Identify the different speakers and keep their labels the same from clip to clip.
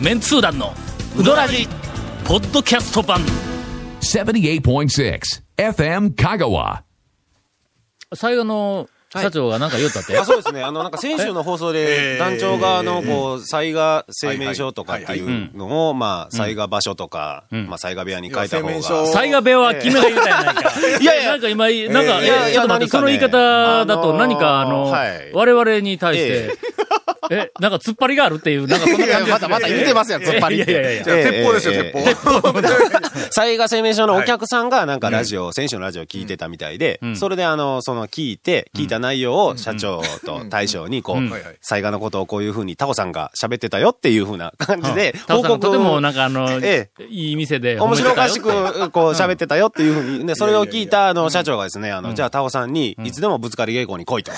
Speaker 1: メンツー団のウドラジポッドキャスト版
Speaker 2: 78.6 FM Kagawa.
Speaker 3: 最後の社長がなんか言うたっ て、
Speaker 4: あそうですね。あの、なんか先週の放送で、団長が、あの、こう、災害声明書とかっていうのを、まあ、災害場所とか、まあ、災害部屋に書いた方
Speaker 5: いや
Speaker 4: が
Speaker 5: 声明。書
Speaker 3: 最後部屋は君が言うたやないか。
Speaker 4: いやいや
Speaker 3: なんか今、なんか、
Speaker 4: いや
Speaker 3: えちょっと待って、
Speaker 4: いや何かね
Speaker 3: その言い方だと何か、あの、
Speaker 4: あのーはい
Speaker 3: 我々に対して、 え、なんか突っ張りがあるっていう、なんかそんな感じ
Speaker 5: またまた言ってますやん、突っ張りっ
Speaker 3: いやいやい
Speaker 5: て
Speaker 3: や。
Speaker 5: じゃあ
Speaker 4: ええ
Speaker 5: 鉄砲ですよ、
Speaker 4: ええ
Speaker 5: 鉄砲。
Speaker 4: 災害声明書のお客さんが、なんかラジオ、先週のラジオ聞いてたみたいで、それで、あの、その、聞いて、聞いた内容を社長と大将に、こ
Speaker 3: う、
Speaker 4: うん災害のことをこういうふうに、タコさんが喋ってたよっていうふうな感じで、
Speaker 3: タオさんがとても、なんかあの、
Speaker 4: え
Speaker 3: いい店で褒
Speaker 4: 面
Speaker 3: めて
Speaker 4: 白お
Speaker 3: たよ
Speaker 4: か
Speaker 3: っ。
Speaker 4: してく、こう、喋ってたよっていうふうに、ね、それを聞いた、あの、社長がですね、あの、じゃあ、タオさんに、いつでもぶつかり稽古に来いと。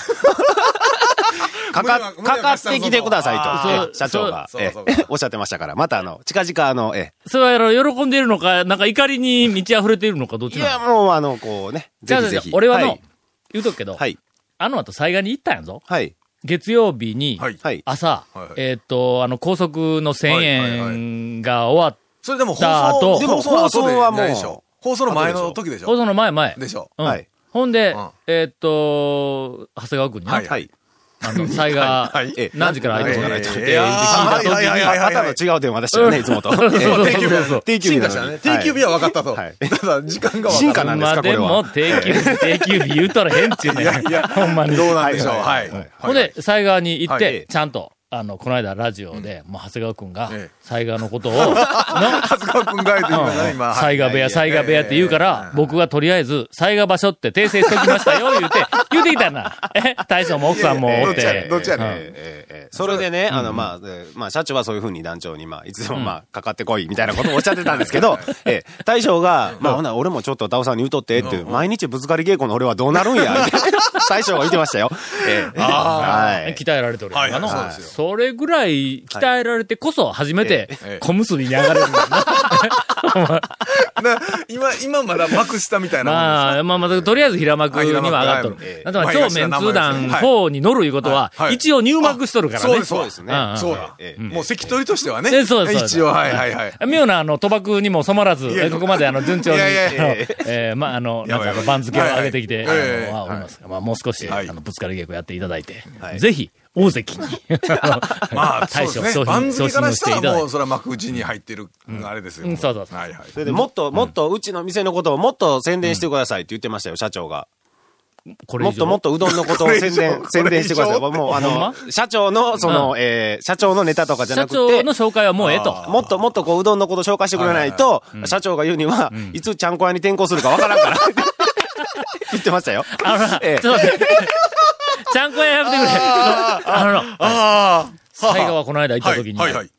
Speaker 4: かか、
Speaker 5: 無理は無
Speaker 4: か
Speaker 5: 理
Speaker 4: か
Speaker 5: は
Speaker 4: ってきてください
Speaker 3: あー
Speaker 4: とええ、社長が、
Speaker 5: そう
Speaker 4: え
Speaker 5: そう
Speaker 4: え
Speaker 5: そう
Speaker 4: おっしゃってましたから、また、あの、近々、あの、え
Speaker 3: それはあの喜んでいるのか、なんか怒りに満ち溢れているのか、どっ
Speaker 4: え、
Speaker 3: ち
Speaker 4: い
Speaker 3: なの
Speaker 4: や、もう、あの、こうね、
Speaker 3: じ
Speaker 4: ぜ
Speaker 3: ゃあ
Speaker 4: ひ
Speaker 3: じ
Speaker 4: ぜ
Speaker 3: ゃあ
Speaker 4: ひ。
Speaker 3: 俺はの、
Speaker 4: い
Speaker 3: 言うとくけど、
Speaker 4: はい、
Speaker 3: あの後災害に行ったんやぞ。
Speaker 4: はい、
Speaker 3: 月曜日に、
Speaker 5: はい
Speaker 4: はい。
Speaker 3: 朝、
Speaker 5: はいはい
Speaker 3: えーっと、あの、高速の1000
Speaker 5: はいはい
Speaker 3: 円が終わっ
Speaker 5: それでも放
Speaker 3: だと
Speaker 5: 送、
Speaker 3: で
Speaker 4: も
Speaker 5: 放送
Speaker 4: 放
Speaker 5: は
Speaker 4: 送
Speaker 5: 後
Speaker 4: はも
Speaker 5: で
Speaker 4: う
Speaker 5: ないでしょ。放送の前の時でし
Speaker 3: 放
Speaker 5: ょ。
Speaker 3: 送の前前。
Speaker 5: でしょ。
Speaker 3: うん
Speaker 4: はい
Speaker 3: ほんで、
Speaker 5: うん
Speaker 3: えーっと、長谷川君にな、
Speaker 5: はい
Speaker 4: はい。
Speaker 3: あの、災 害
Speaker 4: はいええ、
Speaker 3: 何時から開いてもらえ
Speaker 4: え
Speaker 3: て
Speaker 4: え
Speaker 3: って
Speaker 5: いやー
Speaker 3: 聞いた時に、
Speaker 5: はいはい
Speaker 4: またの違う電話でしたよね、いつもと。
Speaker 3: そうそう
Speaker 5: 定休日
Speaker 3: そうそう
Speaker 5: は、
Speaker 4: 定休日な
Speaker 5: 進
Speaker 4: の
Speaker 5: 化
Speaker 4: に
Speaker 5: したね。定休日は分かったと。
Speaker 4: はい
Speaker 5: ただ、時間が分かった。
Speaker 4: 進化なんです
Speaker 3: 今
Speaker 4: か、こ
Speaker 3: で
Speaker 4: れ
Speaker 3: も
Speaker 4: は。
Speaker 3: 定休日、定休日言うたら変っちゅうねん。ほんまに。
Speaker 5: どうなんでしょう。はい。
Speaker 3: ほんで、災害に行って、
Speaker 5: はい
Speaker 3: ちゃんと、あの、この間ラジオで、もう長谷川くんが
Speaker 5: ええ、
Speaker 3: 災害のことを、
Speaker 5: 初川君がいて今ね今。
Speaker 3: 災害部屋、災害部屋って言うから、僕がとりあえず、災害場所って訂正しときましたよ、言うて、 言うてきたんだ。え大将も奥さんもおっ
Speaker 5: いやいや
Speaker 3: て
Speaker 5: どっ。ちやねんどっちやねん
Speaker 3: うん
Speaker 4: ええええそれでね、あの、まあ、えーまあ、社長はそういうふうに団長に、まあ、いつでも、まあ、かかってこい、みたいなことをおっしゃってたんですけ ど、ええ大将が、まあ、ほな、俺もちょっと、ダオさんに言うとって、っていう、毎日ぶつかり稽古の俺はどうなるん や、って大将が言ってましたよ。ええはい。
Speaker 3: 鍛えられておるやんかの、
Speaker 5: はいはいそうですよ
Speaker 3: それぐらい鍛えられてこそ初めて
Speaker 5: ええ
Speaker 3: 小結びに上がれるんだ な。
Speaker 5: な今、今まだ幕下みたいなもんです
Speaker 3: まあ、
Speaker 5: よ。
Speaker 3: まあ、まあ、とりあえず平幕には上がっとる
Speaker 5: あ平幕はいえ。え
Speaker 3: あとは超メンツー団4に乗るいうことは
Speaker 5: はいは、い
Speaker 3: 一応入幕しとるからね。
Speaker 5: そうです、そうです
Speaker 4: ね
Speaker 3: うんうん
Speaker 5: そうだ
Speaker 4: え。え
Speaker 5: もう関取としてはね。
Speaker 3: えそうです
Speaker 5: 一応、はいはいはい。
Speaker 3: 妙な、あの、賭博にも染まらず、
Speaker 5: いや
Speaker 3: えここまで、あの、順調に、あ
Speaker 5: い
Speaker 3: の
Speaker 5: やいやいやいや
Speaker 3: えーまあ、あの、
Speaker 5: や
Speaker 3: なん
Speaker 5: ば
Speaker 3: かあの、
Speaker 5: いやばい
Speaker 3: 番付を上げてき
Speaker 5: は
Speaker 3: て、
Speaker 5: いはいええ
Speaker 3: あのはおりますが、まあ、もう少し、あ
Speaker 5: はい
Speaker 3: の、ぶつかり稽古やっていただいて、
Speaker 4: はい
Speaker 3: ぜひ、大関に、
Speaker 5: まあ、そう
Speaker 3: 大
Speaker 5: で
Speaker 3: 将、
Speaker 5: す
Speaker 3: 昇進、
Speaker 5: ね。番
Speaker 3: 昇
Speaker 5: 組か
Speaker 3: 進を
Speaker 5: ら
Speaker 3: し
Speaker 5: して
Speaker 3: い
Speaker 5: た
Speaker 3: た
Speaker 5: ら
Speaker 3: だい
Speaker 5: も、
Speaker 3: うて。
Speaker 5: それは幕内に入ってる、あれですよ。
Speaker 3: うんそうそうそう
Speaker 5: はいはい。
Speaker 4: それで、もっと、もっと、うちの店のことをもっと宣伝してくださいって言ってましたよ、社長が。
Speaker 3: これ
Speaker 4: も
Speaker 3: 以
Speaker 4: っと
Speaker 3: 上、
Speaker 4: もっとうどんのことを
Speaker 5: これ以上
Speaker 4: 宣伝
Speaker 5: これ以、上
Speaker 4: 宣伝してください。もう、
Speaker 3: ほ
Speaker 4: あ
Speaker 3: ん
Speaker 4: の、社長の、その、えー社長のネタとかじゃな
Speaker 3: 社
Speaker 4: くて、
Speaker 3: 長の紹介はもうええと。
Speaker 4: もっともっとこう、うどんのこと紹介してくれないと、社長が言うには、いつちゃんこ屋に転校するかわからん から。言ってましたよ。
Speaker 3: あのな、
Speaker 4: ええ
Speaker 3: ちょっと待 って。ちゃんこ屋やめてくれ。あのな、
Speaker 5: ああ。
Speaker 3: 最後はこの間行った
Speaker 5: は
Speaker 3: 時
Speaker 5: い
Speaker 3: に、
Speaker 5: はいはい。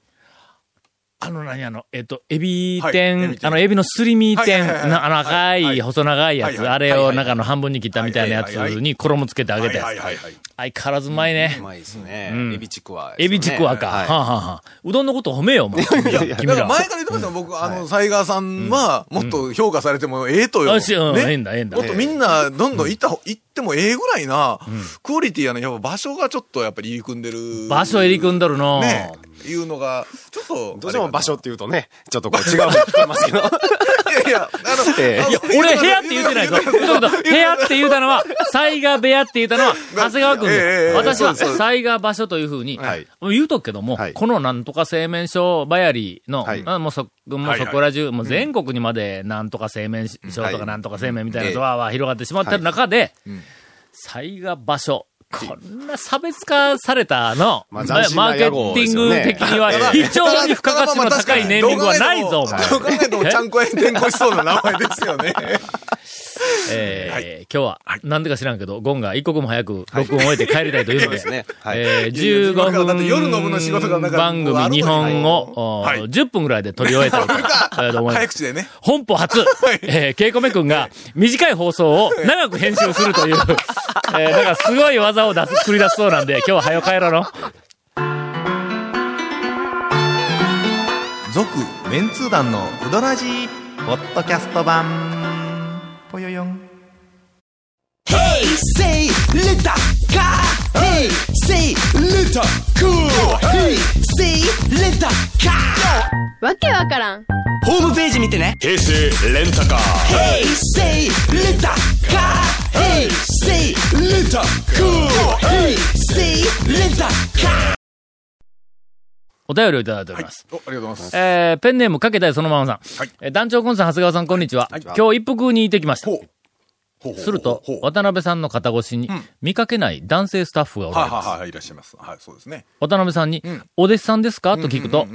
Speaker 3: あの何あの、えっと、エビ
Speaker 5: はいエ
Speaker 3: 天
Speaker 5: ビ、天
Speaker 3: あの、エビのすり身天、
Speaker 5: はいはいはい
Speaker 3: なあの赤、
Speaker 5: はいい
Speaker 3: 細長いや
Speaker 5: はい
Speaker 3: つ、
Speaker 5: はい
Speaker 3: あれを中の半分に切ったみたいなやつ
Speaker 5: はいはいはい
Speaker 3: に衣つけてあげた
Speaker 5: はい
Speaker 3: やつ。
Speaker 5: はいはい。
Speaker 3: 相変わらずうまいね
Speaker 4: う。まいですね。
Speaker 3: うん
Speaker 4: エビちくわです
Speaker 3: エ
Speaker 4: よね、
Speaker 3: ビちくわか。は
Speaker 4: はい
Speaker 3: あはあはあうどんのこと褒めよ、お前。君ら。
Speaker 5: だから前から言ってましたよ、僕、あの、サイガーさんは、もっと評価されてもええとよ。
Speaker 3: あしうん
Speaker 5: ね
Speaker 3: ええんだええんだ
Speaker 5: もっとみんな、どんどん行った方、行ってもええぐらいな、クオリティやね、やっぱ場所がちょっとやっぱり入り組んでる。
Speaker 3: 場所入り組んどるの。
Speaker 5: ねいうのが、ちょっと。
Speaker 4: どうしても場所って言うとね、ちょっとこう違うの聞こえますけど。
Speaker 5: いやいや、あの、
Speaker 4: ええ
Speaker 5: あの
Speaker 3: 俺、部屋って言ってないぞ。ちょっと待って部屋って言うたのは、災害部屋って言うたのは、長谷川君
Speaker 5: えええ
Speaker 3: で
Speaker 5: えええ
Speaker 3: 私は
Speaker 5: そうです
Speaker 3: 災害場所というふうに
Speaker 4: はい、
Speaker 3: 言うとくけども
Speaker 4: はい、
Speaker 3: このなんとか製麺所ばやりの
Speaker 4: はい、
Speaker 3: あもうそ、もうそこら中、もう全国にまでなんとか製麺所と
Speaker 4: は
Speaker 3: か
Speaker 4: い
Speaker 3: なんとか製麺みたい
Speaker 4: え
Speaker 3: な
Speaker 4: え
Speaker 3: のは広がってしまってる中で、災害場所、こんな差別化されたの、
Speaker 4: ま
Speaker 3: マ
Speaker 4: あ
Speaker 3: ー
Speaker 4: 斬新な
Speaker 3: ケテ
Speaker 4: 野望で
Speaker 3: ィ
Speaker 4: す
Speaker 3: ン
Speaker 4: よ
Speaker 3: グ
Speaker 4: ね
Speaker 3: 的には非常に付加価値の高いネーミングはないぞ、お前。
Speaker 5: どう考えてもちゃんこ屋に転校しそうな名前ですよ ね。
Speaker 3: えー今日は、なんでか知らんけど、ゴンが一刻も早く録音を終えて帰りたいというので、
Speaker 4: そうですねはい
Speaker 3: えー
Speaker 5: いやいやだから
Speaker 3: 15
Speaker 5: だって
Speaker 3: 分
Speaker 5: 夜の部の仕事がなんか
Speaker 3: 番組
Speaker 5: あるのに
Speaker 3: 2本を、
Speaker 5: はい
Speaker 3: おー10分ぐらいで取り終えたい とえーと思いま
Speaker 5: 早
Speaker 3: す。
Speaker 5: 口でね。
Speaker 3: 本舗初、えー、ケイコメ君が短い放送を長く編集するという、えー、なんかすごい技を出す、繰り出すそうなんで、今日は早帰ろうの。
Speaker 6: 続メンツー団のウドラジーポッドキャスト版ぽよよん
Speaker 7: Hey, say, let カ go! Hey, say, little cool. Hey, say, little car.
Speaker 8: わけわからん
Speaker 7: ホームページ見てね。
Speaker 9: 平成レンタカー
Speaker 7: Hey, say, little car. Hey, say, little cool. Hey, say, little car.
Speaker 3: お便りをいただいております。
Speaker 5: お、ありがとうございます。
Speaker 3: えーペンネームかけたいそのままさん。えー団長コンさん、長谷川さん、こんにちは。今日一服に行ってきました。すると、渡辺さんの肩越しに、見かけない男性スタッフがおら
Speaker 5: は
Speaker 3: れ
Speaker 5: い
Speaker 3: ます。
Speaker 5: はいはい、いらっしゃいます。はい、そうですね。
Speaker 3: 渡辺さんに、お弟子さんですかと聞くと、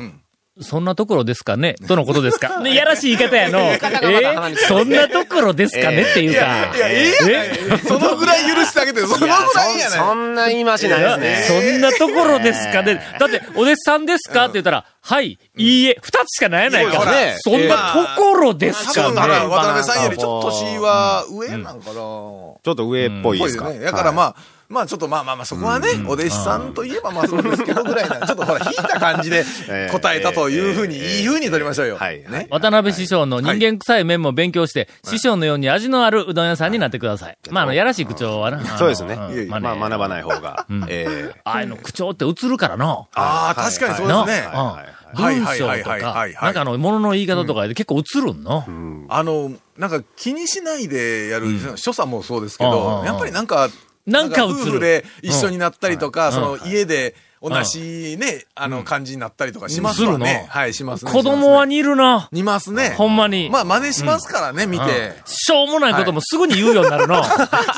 Speaker 3: そんなところですかねとのことですか。ね、やらしい言い方やの。 えーそんなところですかねっていうか。
Speaker 5: いや、ええやないそのぐらい許してあげて、そのぐらいや
Speaker 4: そそ
Speaker 5: ない。
Speaker 4: んな言い回しないですね。
Speaker 3: そんなところですかね。だって、お弟子さんですかって言ったら、はい、いいえ、二つしかないやない
Speaker 4: いやほ
Speaker 3: か。
Speaker 4: らね
Speaker 3: そんなところです
Speaker 5: 多
Speaker 3: か
Speaker 5: 分だから
Speaker 3: ね。
Speaker 5: 渡辺さんよりちょっと年は上なんかな。ぽ
Speaker 4: ちょっと上っぽいで
Speaker 5: い
Speaker 4: す
Speaker 5: よ
Speaker 4: か。
Speaker 5: ね。だからま
Speaker 4: あ、
Speaker 5: あ、まあちょっとまあまあまあそこはね、お弟子さんといえばまあそうですけどぐらいな、ちょっとほら引いた感じで
Speaker 4: ええ
Speaker 5: 答えたというふうに、いいふうに取りましょうよ。
Speaker 4: はい
Speaker 5: ね。
Speaker 3: 渡辺師匠の人間臭い面も勉強して、師匠のように味のあるうどん屋さんになってください。まあ、あの、やらしい口調はな。あの
Speaker 4: そうですね。
Speaker 3: ん
Speaker 5: いやいや
Speaker 4: まあ学ばない方が。ええ
Speaker 3: ああいうの口調って映るからな。
Speaker 5: ああ、確かにそう
Speaker 3: な、
Speaker 5: ですね。
Speaker 3: うん
Speaker 5: はい
Speaker 3: 文
Speaker 5: はい
Speaker 3: 章
Speaker 5: はい
Speaker 3: と
Speaker 5: はい
Speaker 3: か
Speaker 5: はい、はい
Speaker 3: なんかあの、ものの言い方とかで結構映るんの。
Speaker 5: あの、なんか気にしないでやる、所作もそうですけ
Speaker 3: うんうんう
Speaker 5: ど
Speaker 3: ん、
Speaker 5: やっぱりなんか、
Speaker 3: なんか映る
Speaker 5: 夫婦で一緒になったりとか、その家で同
Speaker 3: ん
Speaker 5: じね、あの感じになったりとかしま
Speaker 3: う
Speaker 5: す
Speaker 3: んす
Speaker 5: よ
Speaker 3: るの
Speaker 5: ね。はい、しますね。
Speaker 3: 子供は
Speaker 5: しますね
Speaker 3: 似るな。
Speaker 5: 似ますね。
Speaker 3: ほんまに。
Speaker 5: まあ真似しますからね、見
Speaker 3: うん
Speaker 5: て。
Speaker 3: しょうもないこともすぐに言うようになるの。
Speaker 5: そ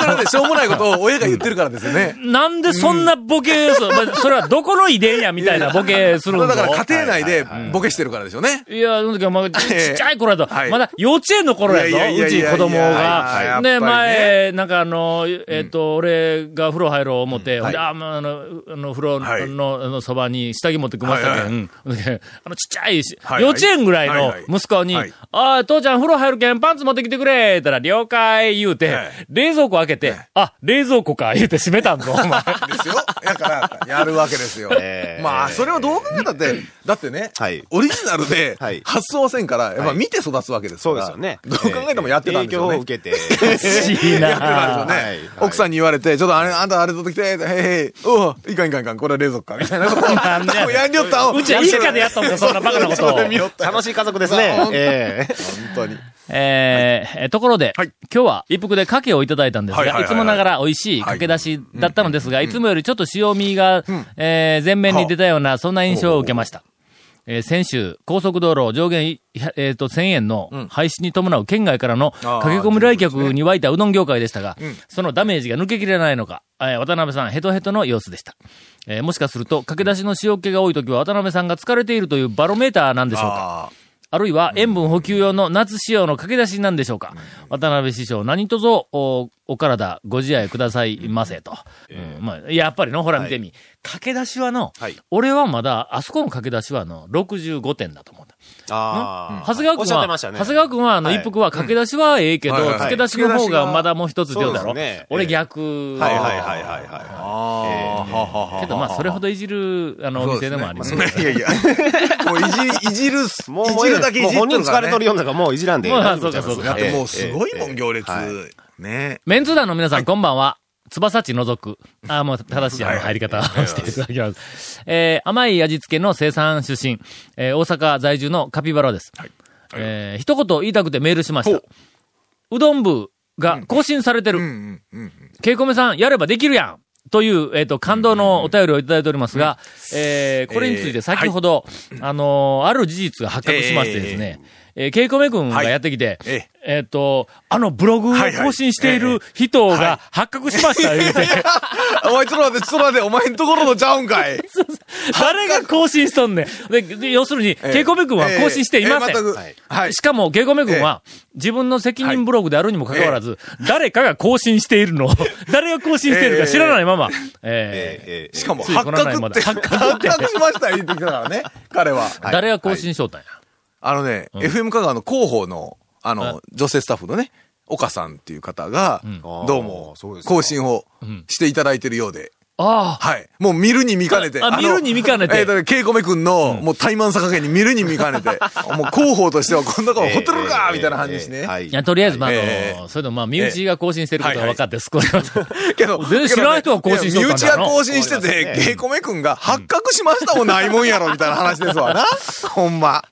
Speaker 5: れでしょうもないことを親が言ってるからですよね。
Speaker 3: なんでそんなボケ、そう まあそれはどこの遺伝やみたいなボケす
Speaker 5: そ
Speaker 3: る
Speaker 5: れ
Speaker 3: ん
Speaker 5: は
Speaker 3: だ
Speaker 5: だから家庭内でボケしてるからでしょうね。
Speaker 3: いや、その時はまあ、ちっちゃい頃だと、
Speaker 5: はい
Speaker 3: まだ幼稚園の頃や
Speaker 5: いやい
Speaker 3: ぞ、
Speaker 5: や
Speaker 3: うち
Speaker 5: いやいや
Speaker 3: 子供
Speaker 5: はい
Speaker 3: が。
Speaker 5: はい
Speaker 3: ね、
Speaker 5: やっぱりね
Speaker 3: 前、なんかあの、えっと、俺が風呂入ろう思って、ほんであ、まああの、あの、風呂
Speaker 5: はい
Speaker 3: のあのそばに下着持ってくましたけ
Speaker 5: は
Speaker 3: ん
Speaker 5: いは
Speaker 3: う
Speaker 5: い
Speaker 3: んほんであの、ちっちゃいし
Speaker 5: はい
Speaker 3: 幼稚園ぐらい
Speaker 5: はい
Speaker 3: の
Speaker 5: はい
Speaker 3: 息子に
Speaker 5: はい、
Speaker 3: あー、父ちゃん風呂入るけんパンツ持ってきてくれ言ったら、了解言うて
Speaker 5: はい、
Speaker 3: 冷蔵庫開けて、あ、冷蔵庫か言うて閉めたんぞ、お前。
Speaker 5: ですよ。だから、やるわけですよ
Speaker 4: え。え
Speaker 5: まあ、それをどう考えたって、だってね
Speaker 4: はい、
Speaker 5: オリジナルで
Speaker 4: はい
Speaker 5: 発想はせんから、やっぱ見て育つわけですか
Speaker 4: そう
Speaker 5: ら。
Speaker 4: ですよね。
Speaker 5: どう考えてもやってたんですよ
Speaker 4: ええ。影響
Speaker 5: ね
Speaker 4: を受けて。
Speaker 3: いいな
Speaker 5: やってたんでしょうね
Speaker 4: はい
Speaker 5: 奥さんに言われて、ちょっとあれ、あんたあれ取ってきて、へいへい、おういかんいかんいかん、これは冷蔵庫か、みたいなことを。
Speaker 3: なんでやねん
Speaker 5: 多分やんりょったんを
Speaker 3: うちは一家でやったんか、そんなバカなことを。
Speaker 4: 楽しい家族ですね。ええ
Speaker 5: 本当に。
Speaker 3: えーえーところで、
Speaker 5: はい
Speaker 3: 今日は一服でかけをいただいたんですが、
Speaker 5: はい
Speaker 3: い
Speaker 5: はいはいは
Speaker 3: つ
Speaker 5: い
Speaker 3: もながら美味しいかけだしだったのですが、いつもよりちょっと塩味が、えー前面に出たような、そんな印象を受けました。えー先週、高速道路上限、えーと1000円の廃止に伴う県外からの
Speaker 5: あー
Speaker 3: 駆け込み来客に湧いたうどん業界でしたが、そのダメージが抜けきれないのか、えー渡辺さんヘトヘトの様子でした。えーもしかすると、駆け出しの塩気が多い時は渡辺さんが疲れているというバロメーターなんでしょうか。
Speaker 5: あ
Speaker 3: あるいは塩分補給用の夏仕様の駆け出しなんでしょうか。渡辺師匠、何卒お、お体ご自愛くださいませと。うんまあ、やっぱりの、ほら見てみ。駆け出しはの、
Speaker 4: はい
Speaker 3: 俺はまだ、あそこの駆け出しはの、65点だと思うんだ。
Speaker 4: ああ。
Speaker 3: 長谷川
Speaker 4: おっ
Speaker 3: 君
Speaker 4: しゃっ
Speaker 3: は、
Speaker 4: てましたね。
Speaker 3: 長谷川君は、あの、
Speaker 4: はい
Speaker 3: 一服は駆け出しはええけど、
Speaker 5: はいはいはい
Speaker 3: 付け出しの方がまだもう一つ出るだ
Speaker 4: そ
Speaker 3: ろ
Speaker 4: うですね。
Speaker 3: 俺
Speaker 4: ええ
Speaker 3: 逆。
Speaker 4: はいはいはいはいはい。
Speaker 5: あ。ああ。はははは
Speaker 3: けど、まあ、それほどいじる、あの、お店でもあります
Speaker 5: い。やいや。もういじり、いじるっす、
Speaker 4: もう、
Speaker 5: いじるだけいじ
Speaker 4: も
Speaker 5: っ
Speaker 4: う本人
Speaker 5: るから
Speaker 4: 疲
Speaker 5: ね
Speaker 4: れとるようなからもういじらんで。
Speaker 3: まあそうかそうか
Speaker 5: だってもうすごいも
Speaker 4: え
Speaker 5: ん、
Speaker 4: え
Speaker 5: 行列
Speaker 4: はい。
Speaker 5: ね
Speaker 3: メンツ団の皆さん、こんばんは。翼ち除く。ああ、もう正しいあの入り方をしていただきます。えー、甘い味付けの生産出身、えー、大阪在住のカピバラです。えー、一言言いたくてメールしました。うどん部が更新されてる。ケイコメさん、やればできるやんという、えっ、と、感動のお便りをいただいておりますが、えーこれについて先ほど、あのーある事実が発覚しましてですね、えーケイコメ君がやってきて、
Speaker 5: ええ
Speaker 3: えっ、と、あのブログを更新している人が 発覚しました、言うて
Speaker 5: お前、ちょっと待って、ちょっと待って、お前んところのちゃうん かい。
Speaker 3: 誰が更新しとんねん。で、で要するに、ケイコメ君は更新していません。
Speaker 5: ええええ全くはい。
Speaker 3: しかも、ケイコメ君は、自分の責任ブログであるにもかかわらず、誰かが更新しているのを、 誰が更新しているか知らないまま、えー
Speaker 4: ええええ
Speaker 5: しかも、
Speaker 3: ついこ
Speaker 5: 発
Speaker 3: の前ま
Speaker 5: 覚っ
Speaker 3: で
Speaker 5: て、発覚しました、言ってきたからね、彼は。
Speaker 3: 誰が更新しようたんや。
Speaker 5: あのね、FM 香川の広報の、あの、女性スタッフのね、岡さんっていう方が、どう
Speaker 4: あ
Speaker 5: も
Speaker 4: ーそうで、すか
Speaker 5: 更新をしていただいてるようで、
Speaker 3: あ
Speaker 5: はい。もう見るに見かねて。
Speaker 3: ああ
Speaker 5: の
Speaker 3: 見るに見かねて
Speaker 5: えーだから、ケイコメ君の、もう怠慢さ加減に見るに見かねて。 もう広報としてはこんな子ほっ
Speaker 4: ホ
Speaker 5: て
Speaker 4: テ
Speaker 5: る
Speaker 4: ル
Speaker 5: かみたいな感じですね。
Speaker 4: はい
Speaker 3: いや、とりあえず、まあ、あの
Speaker 5: ええ
Speaker 3: それでもまあ、身内が更新してることが分かって、すごい。
Speaker 5: けど、
Speaker 3: 全然知らない人が更新しとったんだ
Speaker 5: 身
Speaker 3: よ
Speaker 5: 内
Speaker 3: な
Speaker 5: が更新してて、ケイコメ君が発覚しましたもんないもんやろ、みたいな話ですわな。ほんま。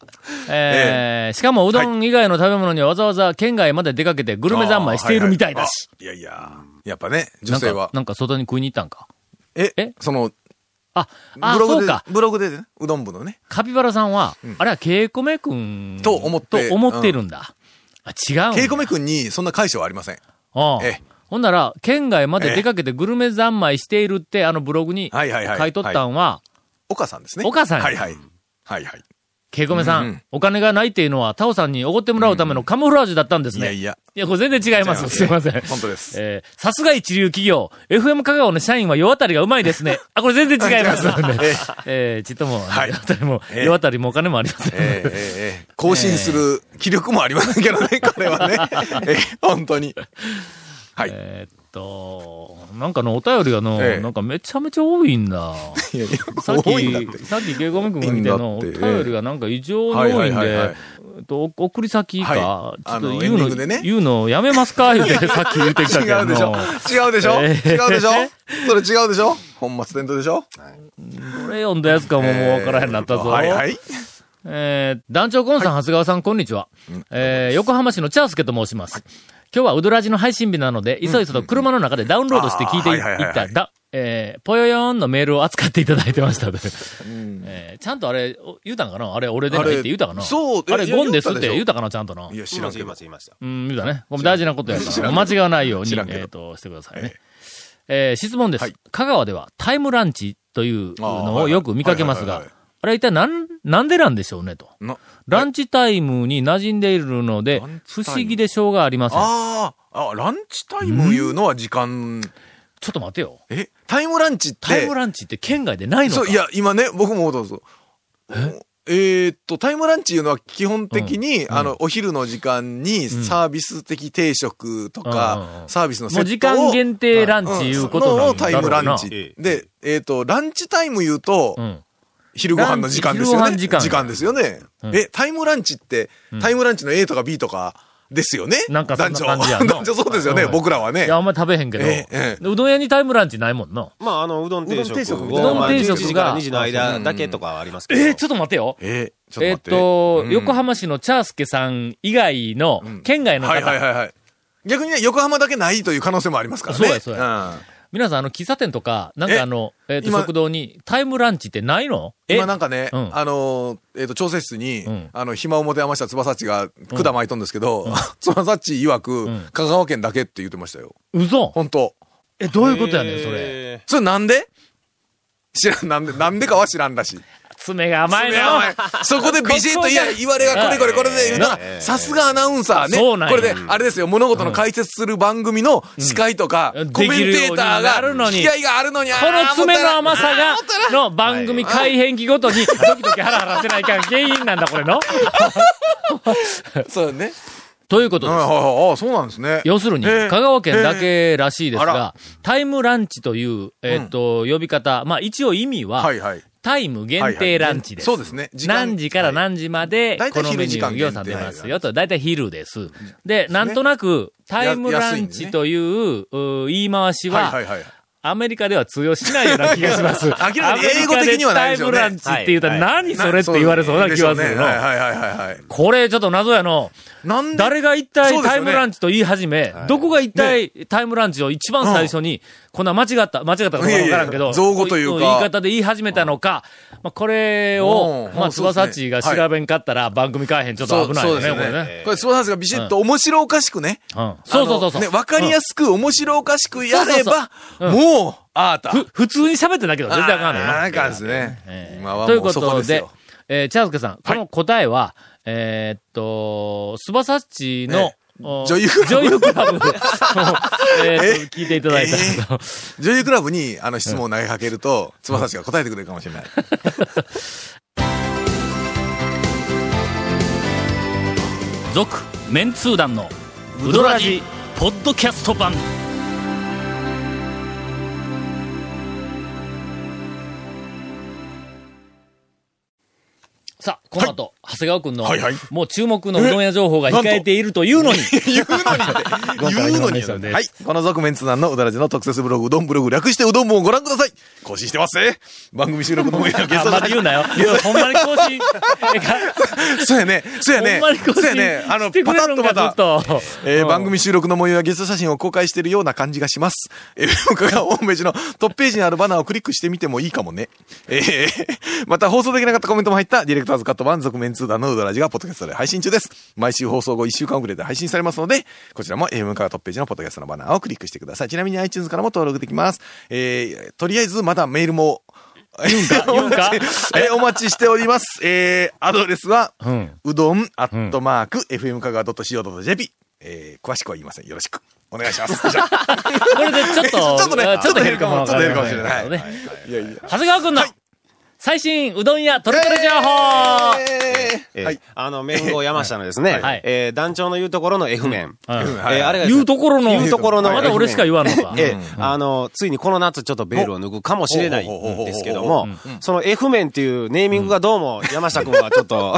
Speaker 3: えーしかも、うどん以外の食べ物にはわざわざ県外まで出かけてグルメ三昧しているみたいだし。
Speaker 5: あ。いやいや、やっぱね、
Speaker 3: な
Speaker 5: 女
Speaker 3: ん
Speaker 5: 性
Speaker 3: か
Speaker 5: は、。
Speaker 3: なんか外に食いに行ったんか。
Speaker 5: え
Speaker 3: え
Speaker 5: その、
Speaker 3: あ、あ、
Speaker 5: ブロ
Speaker 3: そ
Speaker 5: グ
Speaker 3: う
Speaker 5: で
Speaker 3: か。、
Speaker 5: ブログでね、うどん部のね。
Speaker 3: カピバラさんは、あれはケイコメ君
Speaker 5: と思って
Speaker 3: と思ってるんだ。あ違うんだ。
Speaker 5: ケイコメ君にそんな解消はありません。
Speaker 3: ああ
Speaker 5: ええ
Speaker 3: ほんなら、県外まで出かけてグルメ三昧しているって、あのブログに
Speaker 5: はいはいはい
Speaker 3: 書いとったんは、
Speaker 5: 岡さんですね。
Speaker 3: 岡さんや
Speaker 5: はいはい。はいはい。
Speaker 3: ケイコメさ
Speaker 5: うんうんん、
Speaker 3: お金がないっていうのは、タオさんにおごってもらうためのカモフラージュだったんです
Speaker 5: い
Speaker 3: ね。
Speaker 5: やいや。
Speaker 3: いや、これ全然違いま
Speaker 5: 違い
Speaker 3: す。
Speaker 5: ます
Speaker 3: すいません。
Speaker 5: 本当です
Speaker 3: えーさすが一流企業、FM 香川の社員は世渡りがうまいですね。あ、これ全然違い ます。えーちっとも、
Speaker 5: はい
Speaker 3: 世渡りも、
Speaker 5: ええ
Speaker 3: 世渡りもお金もありません。
Speaker 5: ええええええ更新する気力もありませんけどね、彼はね。ええ本当に。はい。
Speaker 3: えーっと、なんかのお便りがの、
Speaker 5: ええ
Speaker 3: なんかめちゃめちゃ多いんだ。
Speaker 5: いやいや
Speaker 3: さっ
Speaker 5: 多いんだって
Speaker 3: き、さっき、ケイコメ君が見ての、お
Speaker 5: 多いんだ
Speaker 3: 便
Speaker 5: って
Speaker 3: りがなんか異常に
Speaker 5: はい
Speaker 3: 多
Speaker 5: はい
Speaker 3: いん
Speaker 5: はいはい
Speaker 3: で、えっとお送り先か、
Speaker 5: はい
Speaker 3: ちょっと
Speaker 5: あ
Speaker 3: 言
Speaker 5: の
Speaker 3: う
Speaker 5: エンディ
Speaker 3: の、
Speaker 5: ングでね
Speaker 3: 言うのやめますか言うて、さっき言ってきたけ
Speaker 5: 違
Speaker 3: ど
Speaker 5: うでしょ
Speaker 3: の、
Speaker 5: 違うでしょ
Speaker 3: ええ
Speaker 5: 違うでしょそれ違うでしょ本末転倒でしょ
Speaker 3: これ読んだやつかももうわからへんなったぞ。
Speaker 5: はいはい。
Speaker 3: えー団長コンさん、長谷川さん、こんにちは。えー横浜市のチャースケと申します。今日はウドラジの配信日なので、いそいそと車の中でダウンロードして聞いてい
Speaker 5: あーはいはいはい
Speaker 3: っ
Speaker 5: は
Speaker 3: た、
Speaker 5: い
Speaker 3: だ、えーぽよよーんのメールを扱っていただいてましたので、えーちゃんとあれ、お言うたんかなあれ、俺でないって言うたかな
Speaker 5: あれそうえ
Speaker 3: あれ、
Speaker 5: いや
Speaker 3: ゴンですって
Speaker 5: 言
Speaker 3: 言う
Speaker 5: う
Speaker 3: たかなちゃんとな。
Speaker 5: いや、
Speaker 4: 知
Speaker 5: 知ら
Speaker 4: ら
Speaker 5: ん
Speaker 4: ん
Speaker 5: けど。
Speaker 4: 言いました。
Speaker 3: うん、言うたね。これ大事なことやから、間違わないように、え
Speaker 5: 知らんけど
Speaker 3: ーと、してくださいね。えー質問です、
Speaker 5: はい
Speaker 3: 香川ではタイムランチというのをよく見かけます
Speaker 5: あーは
Speaker 3: が
Speaker 5: いはいはいはいはいはい、
Speaker 3: あれ一体なん、なんでなんでしょうねと。
Speaker 5: な
Speaker 3: ランチタイムに馴染んでいるので
Speaker 5: ラン、チタ
Speaker 3: 不
Speaker 5: イム
Speaker 3: 思議でしょうがありません。
Speaker 5: ああ、あ、ランチタイムいうのは時間、
Speaker 3: ちょっと待てよ。
Speaker 5: えタイムランチって。
Speaker 3: タイムランチって県外でないのか
Speaker 5: そう、いや、今ね、僕もどうぞ。えーっと、タイムランチいうのは基本的に、あの、お昼の時間にサービス的定食と
Speaker 3: うんうん
Speaker 5: か
Speaker 3: う、ん
Speaker 5: サービスのセ
Speaker 3: も
Speaker 5: ッ
Speaker 3: う
Speaker 5: トを
Speaker 3: 時間限定ランチ
Speaker 5: ん
Speaker 3: いうこと
Speaker 5: の
Speaker 3: な
Speaker 5: を
Speaker 3: んだ
Speaker 5: タイ
Speaker 3: ろう
Speaker 5: ム
Speaker 3: な。
Speaker 5: ランチ。
Speaker 4: ええ
Speaker 5: で、えーっと、ランチタイム言うと、
Speaker 3: うん。
Speaker 5: 昼ご飯の時間ですよね。
Speaker 3: ランチ昼ご飯時間
Speaker 5: ですよね、
Speaker 3: ん
Speaker 5: え、タイムランチって、タイムランチの A とか B とかですよね。
Speaker 3: なんかそんな感じやん
Speaker 5: 男女。 男女そうですよね、
Speaker 3: うん
Speaker 5: 僕らはね。
Speaker 3: いや、あんまり食べへんけど、
Speaker 5: ええええ
Speaker 3: でうどん屋にタイムランチないもんな。
Speaker 4: まあ、あの、うどん定食を。
Speaker 5: うどん定食
Speaker 3: うどん定食が
Speaker 4: まあ11時から2時の間だけとかはありますけど。
Speaker 3: えー、ちょっと待てよ。
Speaker 5: えーちょっと待
Speaker 3: えーっ
Speaker 5: って。
Speaker 3: と、
Speaker 5: うん
Speaker 3: 横浜市のチャースケさん以外の、県外の方、
Speaker 5: はいはいはいはい。逆にね、横浜だけないという可能性もありますからね。
Speaker 3: そうやそう
Speaker 5: や。
Speaker 3: 皆さん、あの、喫茶店とか、なんかあの、えーっと、
Speaker 5: 今
Speaker 3: 食堂にタイムランチってないのえ
Speaker 5: 今なんかね、
Speaker 3: うん
Speaker 5: あのー、えっと、調整室に
Speaker 3: うん、
Speaker 5: あの、暇を持て余した翼っちが管巻いとんですけど、 翼っち曰く
Speaker 3: ん、
Speaker 5: 香川県だけって言ってましたよ。
Speaker 3: 嘘
Speaker 5: 本当
Speaker 3: え、どういうことやねん、それ。
Speaker 4: え
Speaker 5: それなんで知らん、なんで、なんでかは知らんだし。
Speaker 3: 爪が甘いの
Speaker 5: ねお前そこでビシッと、いや、言われがこれこれこれで言うたら、さすがアナウンサーね。
Speaker 3: そうなんや
Speaker 5: これで、あれですよ、物事の解説する番組の司会とか、
Speaker 3: うん
Speaker 5: コメンテータ
Speaker 3: でき
Speaker 5: ー
Speaker 3: るようになるの
Speaker 5: が、
Speaker 3: に
Speaker 5: 気合があるのに、
Speaker 3: この爪の甘
Speaker 5: さ
Speaker 3: さが、の番組改編期ごとに、ドキドキハラハラせないかん原因なんだ、これの。
Speaker 5: そうね。
Speaker 3: というこ
Speaker 5: はい
Speaker 3: と
Speaker 5: は
Speaker 3: です。
Speaker 5: いはいあ、そうなんですね。
Speaker 3: 要するに、
Speaker 5: えー
Speaker 3: 香川県だけらしいです
Speaker 5: えーあ
Speaker 3: が、タイムランチという、えーっと、呼び方、まあ一応意味は
Speaker 5: はい、はい。
Speaker 3: タイム限定ランチです。
Speaker 5: はいはいそうですね時間
Speaker 3: 何時から何時まで、
Speaker 5: はい
Speaker 3: このメニュー予算出ますよと、だいたい昼です。で、なんとなく、タイムランチという、うー言い回しは、
Speaker 5: はいはいはい。
Speaker 3: アメリカでは通用しないような気がし ます。
Speaker 5: らかに英語的にはないでしょうね
Speaker 3: アメリカでタイムランチって言うたら何それって言われそうな気がす
Speaker 5: でし
Speaker 3: る
Speaker 5: ょう
Speaker 3: の
Speaker 5: ね。は。いはいはいはいはい。
Speaker 3: これちょっと謎やの。
Speaker 5: なんで
Speaker 3: 誰が一
Speaker 5: そ
Speaker 3: 体
Speaker 5: うです
Speaker 3: タイ
Speaker 5: よね
Speaker 3: ムランチと言い始め、どこが一体タイムランチを一番最初に、こんな間違った、間違ったかどうかわからんけ
Speaker 5: いやい
Speaker 3: ど、
Speaker 5: や造語というか
Speaker 3: 言い方で言い始めたのか、まあ、これを
Speaker 5: う、ん
Speaker 3: ま
Speaker 5: う
Speaker 3: あ、
Speaker 5: んそうですね
Speaker 3: 翼っちが調べんかったら番組改編ちょっと危ないよね、これね。
Speaker 5: これ、スポーツがビシッと面白おかしくね。
Speaker 3: うんそうそうそうそう。
Speaker 5: あのね、わかりやすく面白おかしくやれ
Speaker 3: そうそう
Speaker 5: ば、もう、あーた。
Speaker 3: ふ、普通に喋ってなけど、全然あかんねんな。
Speaker 5: なんかですね。
Speaker 3: えー
Speaker 5: 今は
Speaker 3: という
Speaker 5: も
Speaker 3: こ
Speaker 5: うそことです
Speaker 3: で
Speaker 5: よ。、
Speaker 3: えー、チャースケさん、この答えは、えーっと、スバサッチの、
Speaker 5: ね
Speaker 3: お
Speaker 5: 女優クラブ
Speaker 3: 女優ク ラブをえーっと聞いていただいたけど、
Speaker 5: 女優クラブに、あの、質問を投げかけると、翼氏が答えてくれるかもし れない。
Speaker 1: 続メンツー団のウドラジポッドキャスト版
Speaker 3: この後、長谷川くんの、
Speaker 5: はいはい
Speaker 3: もう注目のうどん屋情報が控えているというのに、
Speaker 5: 言うのに言うのに
Speaker 3: ご紹介のお願いです
Speaker 5: はい。この続面通談のうだらじの特設ブログ、うどんブログ、略してうどんもをご覧ください。更新してますね。番組収録のもやゲ ス
Speaker 3: あん
Speaker 5: ト
Speaker 3: まり言うなよ。ほんまに更新、え
Speaker 5: そうやね。そうやね。
Speaker 3: ほんまに更新
Speaker 5: そうやね。あの、
Speaker 3: してく
Speaker 5: パタ
Speaker 3: れる
Speaker 5: ッと
Speaker 3: ん
Speaker 5: ま
Speaker 3: か、ず
Speaker 5: た
Speaker 3: っ。と。
Speaker 5: えー
Speaker 3: うん
Speaker 5: 番組収録の模様やゲスト写真を公開しているような感じがします。えー、僕がホームページのトップページにあるバナーをクリックしてみてもいいかもね。えー、また放送できなかったコメントも入ったディレクターズカット版続面通談のうどらじがポッドキャストで配信中です。毎週放送後1週間遅れで配信されますので、こちらも AM からトップページのポッドキャストのバナーをクリックしてください。ちなみに iTunes からも登録できます。えー、とりあえずまだメールも、
Speaker 3: 言うんか
Speaker 5: えーお待ちしております。えー、アドレスは、うんどん、アットマーク、FM 香川 .co.jp。えー、詳しくは言いません。よろしく。お願いします。じゃあ
Speaker 3: これでちょっと、
Speaker 5: ちょっとね
Speaker 3: あちょっと減るかもわ
Speaker 5: ちょ
Speaker 3: か
Speaker 5: っと
Speaker 3: ら
Speaker 5: 減る
Speaker 3: な
Speaker 5: か
Speaker 3: い
Speaker 5: もしれない
Speaker 3: ね
Speaker 5: いやいや。
Speaker 3: 長谷川くんの、最新うどん屋トレトレ情報、
Speaker 4: えー
Speaker 5: はい
Speaker 4: あの、麺を山下のですね、
Speaker 3: はい
Speaker 4: えー団長の言うところの F 麺。
Speaker 3: ん
Speaker 4: え
Speaker 5: はい
Speaker 4: ーあれがですね
Speaker 3: 言うところの、
Speaker 4: 言うところの
Speaker 3: まだ俺しか言わんのか。
Speaker 4: ええ、あの、ついにこの夏ちょっとベールを脱ぐかもしれない
Speaker 5: お
Speaker 4: んですけども、その F 面っていうネーミングがどうも山下くんはちょっと、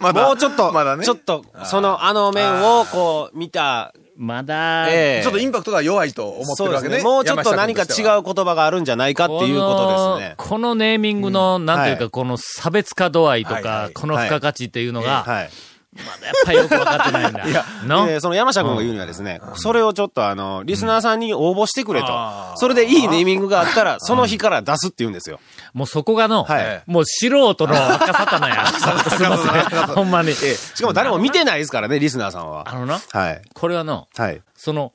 Speaker 5: まだ
Speaker 4: もうちょっと、
Speaker 5: まだね
Speaker 4: ちょっと、そのあの面をこう見た、
Speaker 3: まだ、
Speaker 4: ええ
Speaker 5: ちょっとインパクトが弱いと思って
Speaker 4: そう
Speaker 5: る
Speaker 4: で
Speaker 5: わ
Speaker 4: す
Speaker 5: けね。
Speaker 4: ね。もうちょっと何か違う
Speaker 5: う。
Speaker 4: 言葉があるんじゃないかっていうことですね。
Speaker 3: このこのネーミングの、なんていう
Speaker 4: は
Speaker 3: か、この差別化度合いと
Speaker 5: はいは
Speaker 3: か
Speaker 5: い、
Speaker 3: この付加価値っていうのが、
Speaker 4: はい。
Speaker 3: やっぱりよくわかってないんだ。の
Speaker 4: で、その山下君が言うにはですね、それをちょっとあの、リスナーさんに応募してくれと。それでいいネーミングがあったら、その日から出すって言うんですよ。
Speaker 3: もうそこがの、
Speaker 4: はい
Speaker 3: もう素人の若さたな や。すいません。ほんまに。
Speaker 4: しかも誰も見てないですからね、リスナーさんは。
Speaker 3: あのな、
Speaker 4: はい。
Speaker 3: これはの、
Speaker 4: はい。
Speaker 3: その、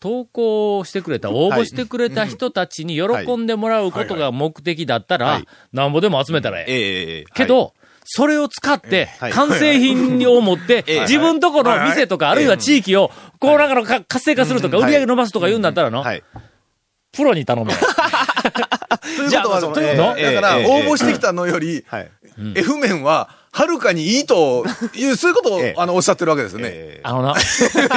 Speaker 3: 投稿してくれた、応
Speaker 4: は
Speaker 3: 募
Speaker 4: い
Speaker 3: してくれた人たちに喜んでもらうことが目的だった
Speaker 4: は
Speaker 3: ら
Speaker 4: い、
Speaker 3: なんぼでも集めたらええ。
Speaker 4: ええ
Speaker 3: け、ど、それを使って、
Speaker 4: はい
Speaker 3: 完成品を持って、自分とこの店とか、あるいは地域を、こうなんかのか活性化するとか、売り上げ伸ばすとか言うんだったらの
Speaker 4: は、い。
Speaker 3: プロに頼 め。
Speaker 5: ということは、
Speaker 4: じゃあ
Speaker 5: ということは
Speaker 4: ええ
Speaker 5: だから、
Speaker 4: ええ
Speaker 5: 応募してきたのより、
Speaker 4: はい。
Speaker 5: F 面は、はるかにいいという、そういうことを
Speaker 4: ええ、
Speaker 5: あの、おっしゃってるわけですよね。
Speaker 3: あのな、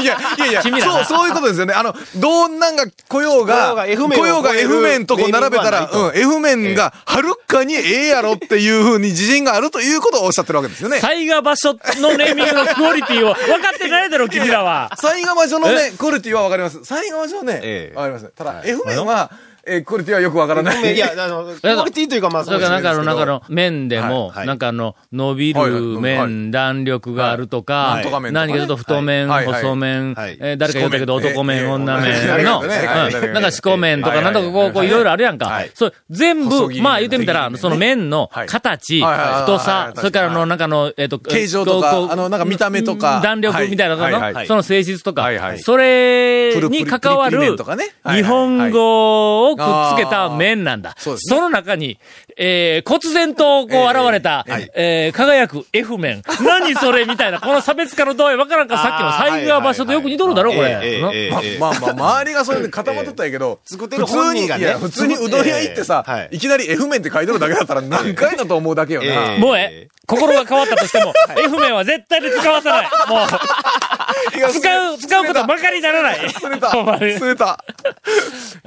Speaker 5: いや、いやいや、
Speaker 3: 君ら
Speaker 5: そう、
Speaker 3: な
Speaker 5: そういうことですよね。あの、どんなんが来ようが、
Speaker 4: 来ようが F 面を
Speaker 5: 来ようが
Speaker 4: 超える
Speaker 5: F 面とこう並べた
Speaker 4: ネ
Speaker 5: ら、
Speaker 4: ーミングは
Speaker 5: うん、F 面がはるかにええやろっていうふうに自信があるということをおっしゃってるわけですよね。
Speaker 3: 災害場所のネーミングのクオリティを分かってないだろ、君らは。
Speaker 5: 最後までのね、クオリティはわかります。最後までのね
Speaker 4: え、え
Speaker 5: わかります。ただ、F 面は、えークオリティはよくわからない。
Speaker 4: いや、あの、クオリティというか、まあ、
Speaker 3: だからなんかあの、なんかあの、麺でも、
Speaker 4: はいはい
Speaker 3: なんかあの、伸び
Speaker 5: はいはい伸
Speaker 3: る
Speaker 5: びる
Speaker 3: 麺、弾力があるとか
Speaker 5: はいなんとか、麺とか
Speaker 3: 何か
Speaker 5: ね
Speaker 3: ちょっと太麺、
Speaker 5: はいはい
Speaker 3: 細麺、
Speaker 4: はい
Speaker 3: えー誰か言ったけど
Speaker 5: 四股
Speaker 3: 男
Speaker 5: 麺
Speaker 3: 麺、
Speaker 5: えー
Speaker 3: 女
Speaker 5: えー
Speaker 3: 麺の、
Speaker 5: 女麺はい
Speaker 3: うんなんか四股麺と
Speaker 5: は
Speaker 3: か、
Speaker 5: い
Speaker 3: な
Speaker 5: はい
Speaker 3: んとかこう、こういろいろあるやんか
Speaker 4: はい。
Speaker 3: そう、全
Speaker 5: 細
Speaker 3: 部
Speaker 5: 切り、みたいな
Speaker 3: まあ言ってみたら、その麺の
Speaker 5: はい
Speaker 3: 形、
Speaker 5: はいはいはい
Speaker 3: 太
Speaker 5: はいは
Speaker 3: さ
Speaker 5: い、
Speaker 3: それからあの、なんかあの、えっと、
Speaker 5: 形状とか
Speaker 3: こうこう
Speaker 5: あのなんか見た目とか
Speaker 3: 弾力みたいな
Speaker 5: はいはい
Speaker 3: の
Speaker 5: は
Speaker 3: の、
Speaker 5: い
Speaker 3: その性質とか
Speaker 5: はいは、い
Speaker 3: それに関わ
Speaker 5: プリプ
Speaker 3: る
Speaker 5: リプリプリ麺とかね、はいはい
Speaker 3: 日本語をくっつけた麺なんだ。そ
Speaker 5: そうですね
Speaker 3: の中に、えー、忽然とこう現れた、えー輝く F 面。何それみ たいな、この差別化の度合いわからんか、さっきの災害場所とよく似とるだろ、こ
Speaker 4: えええ
Speaker 3: れ。
Speaker 4: え
Speaker 5: ま
Speaker 4: ええ
Speaker 5: まあまあ、周りがそれで固まっとったんやけど、
Speaker 4: 作ってる本人がね
Speaker 5: 普通にいや普通にうどん屋行ってさ、
Speaker 4: ええはい
Speaker 5: いきなり F 面って書いてるだけだったら何回だと思うだけよな。
Speaker 4: ええ
Speaker 3: もうええ、心が変わったとしても、F 面は絶対に使わさない。もう、使う、使うことばかりにならない。
Speaker 5: すれた
Speaker 3: ほんまに。
Speaker 5: すれた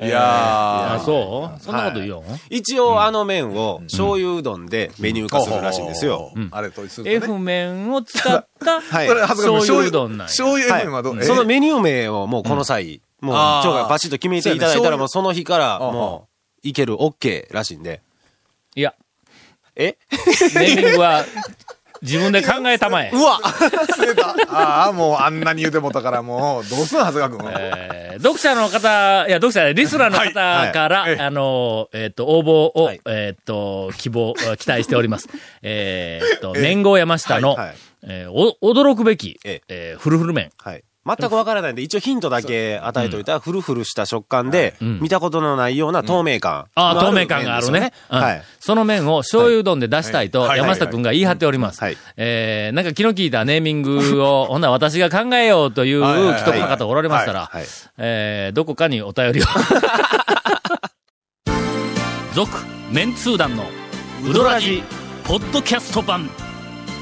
Speaker 5: い
Speaker 3: あ、
Speaker 5: や
Speaker 3: そうそんなこと言うよ。
Speaker 4: 一応、あの麺を、醤油うどんでメニュー
Speaker 5: ー
Speaker 4: 化するらしいんですよ。
Speaker 5: うんあれとすると
Speaker 3: F
Speaker 5: ね
Speaker 3: 面を使った、
Speaker 4: はい
Speaker 5: それ恥ずかしい
Speaker 3: 醤油うどんなんや
Speaker 5: 醤油
Speaker 4: は
Speaker 5: F 面はどう、
Speaker 4: い。そのメニュー名をもうこの際、もう、
Speaker 5: あー
Speaker 4: 長がバシッと決めていただいたら、もうその日から、
Speaker 5: あー
Speaker 4: もう、いける、オッケーらしいんで。
Speaker 3: いや、
Speaker 4: え
Speaker 3: ネーミングは、自分で考えたまえ。
Speaker 5: わすれたああ、もうあんなに言うてもたからもう、どうすんの長谷川君。
Speaker 3: えー読者の方、いや、読者じゃない、リスナーの方から、
Speaker 5: はいはい
Speaker 3: あの、えっ、と、応募を、
Speaker 4: はい
Speaker 3: えっ、と、希望、えー期待しております。えっと、年号山下の、
Speaker 4: はいはい
Speaker 3: えーお驚くべき、え
Speaker 4: え
Speaker 3: ーフルフル麺。
Speaker 4: はい。全くわからないんで、一応ヒントだけ与えといたら、フルフルした食感で、
Speaker 3: ん
Speaker 4: 見たことのないような透明感。
Speaker 3: ああ、透明感があるね。うん
Speaker 4: はい。
Speaker 3: その麺を醤油うどんで出したいと、
Speaker 5: はい
Speaker 3: 山下くんが言い張っております。
Speaker 4: はい
Speaker 3: えー、なんか気の利いたネーミングを、ほんなら私が考えようという
Speaker 5: はいはいはい
Speaker 3: 既得な方おられましたら
Speaker 4: はいはい、
Speaker 3: えー、どこかにお便りを。 続、メンツー団の、ウドラジ、ポッドキャスト版。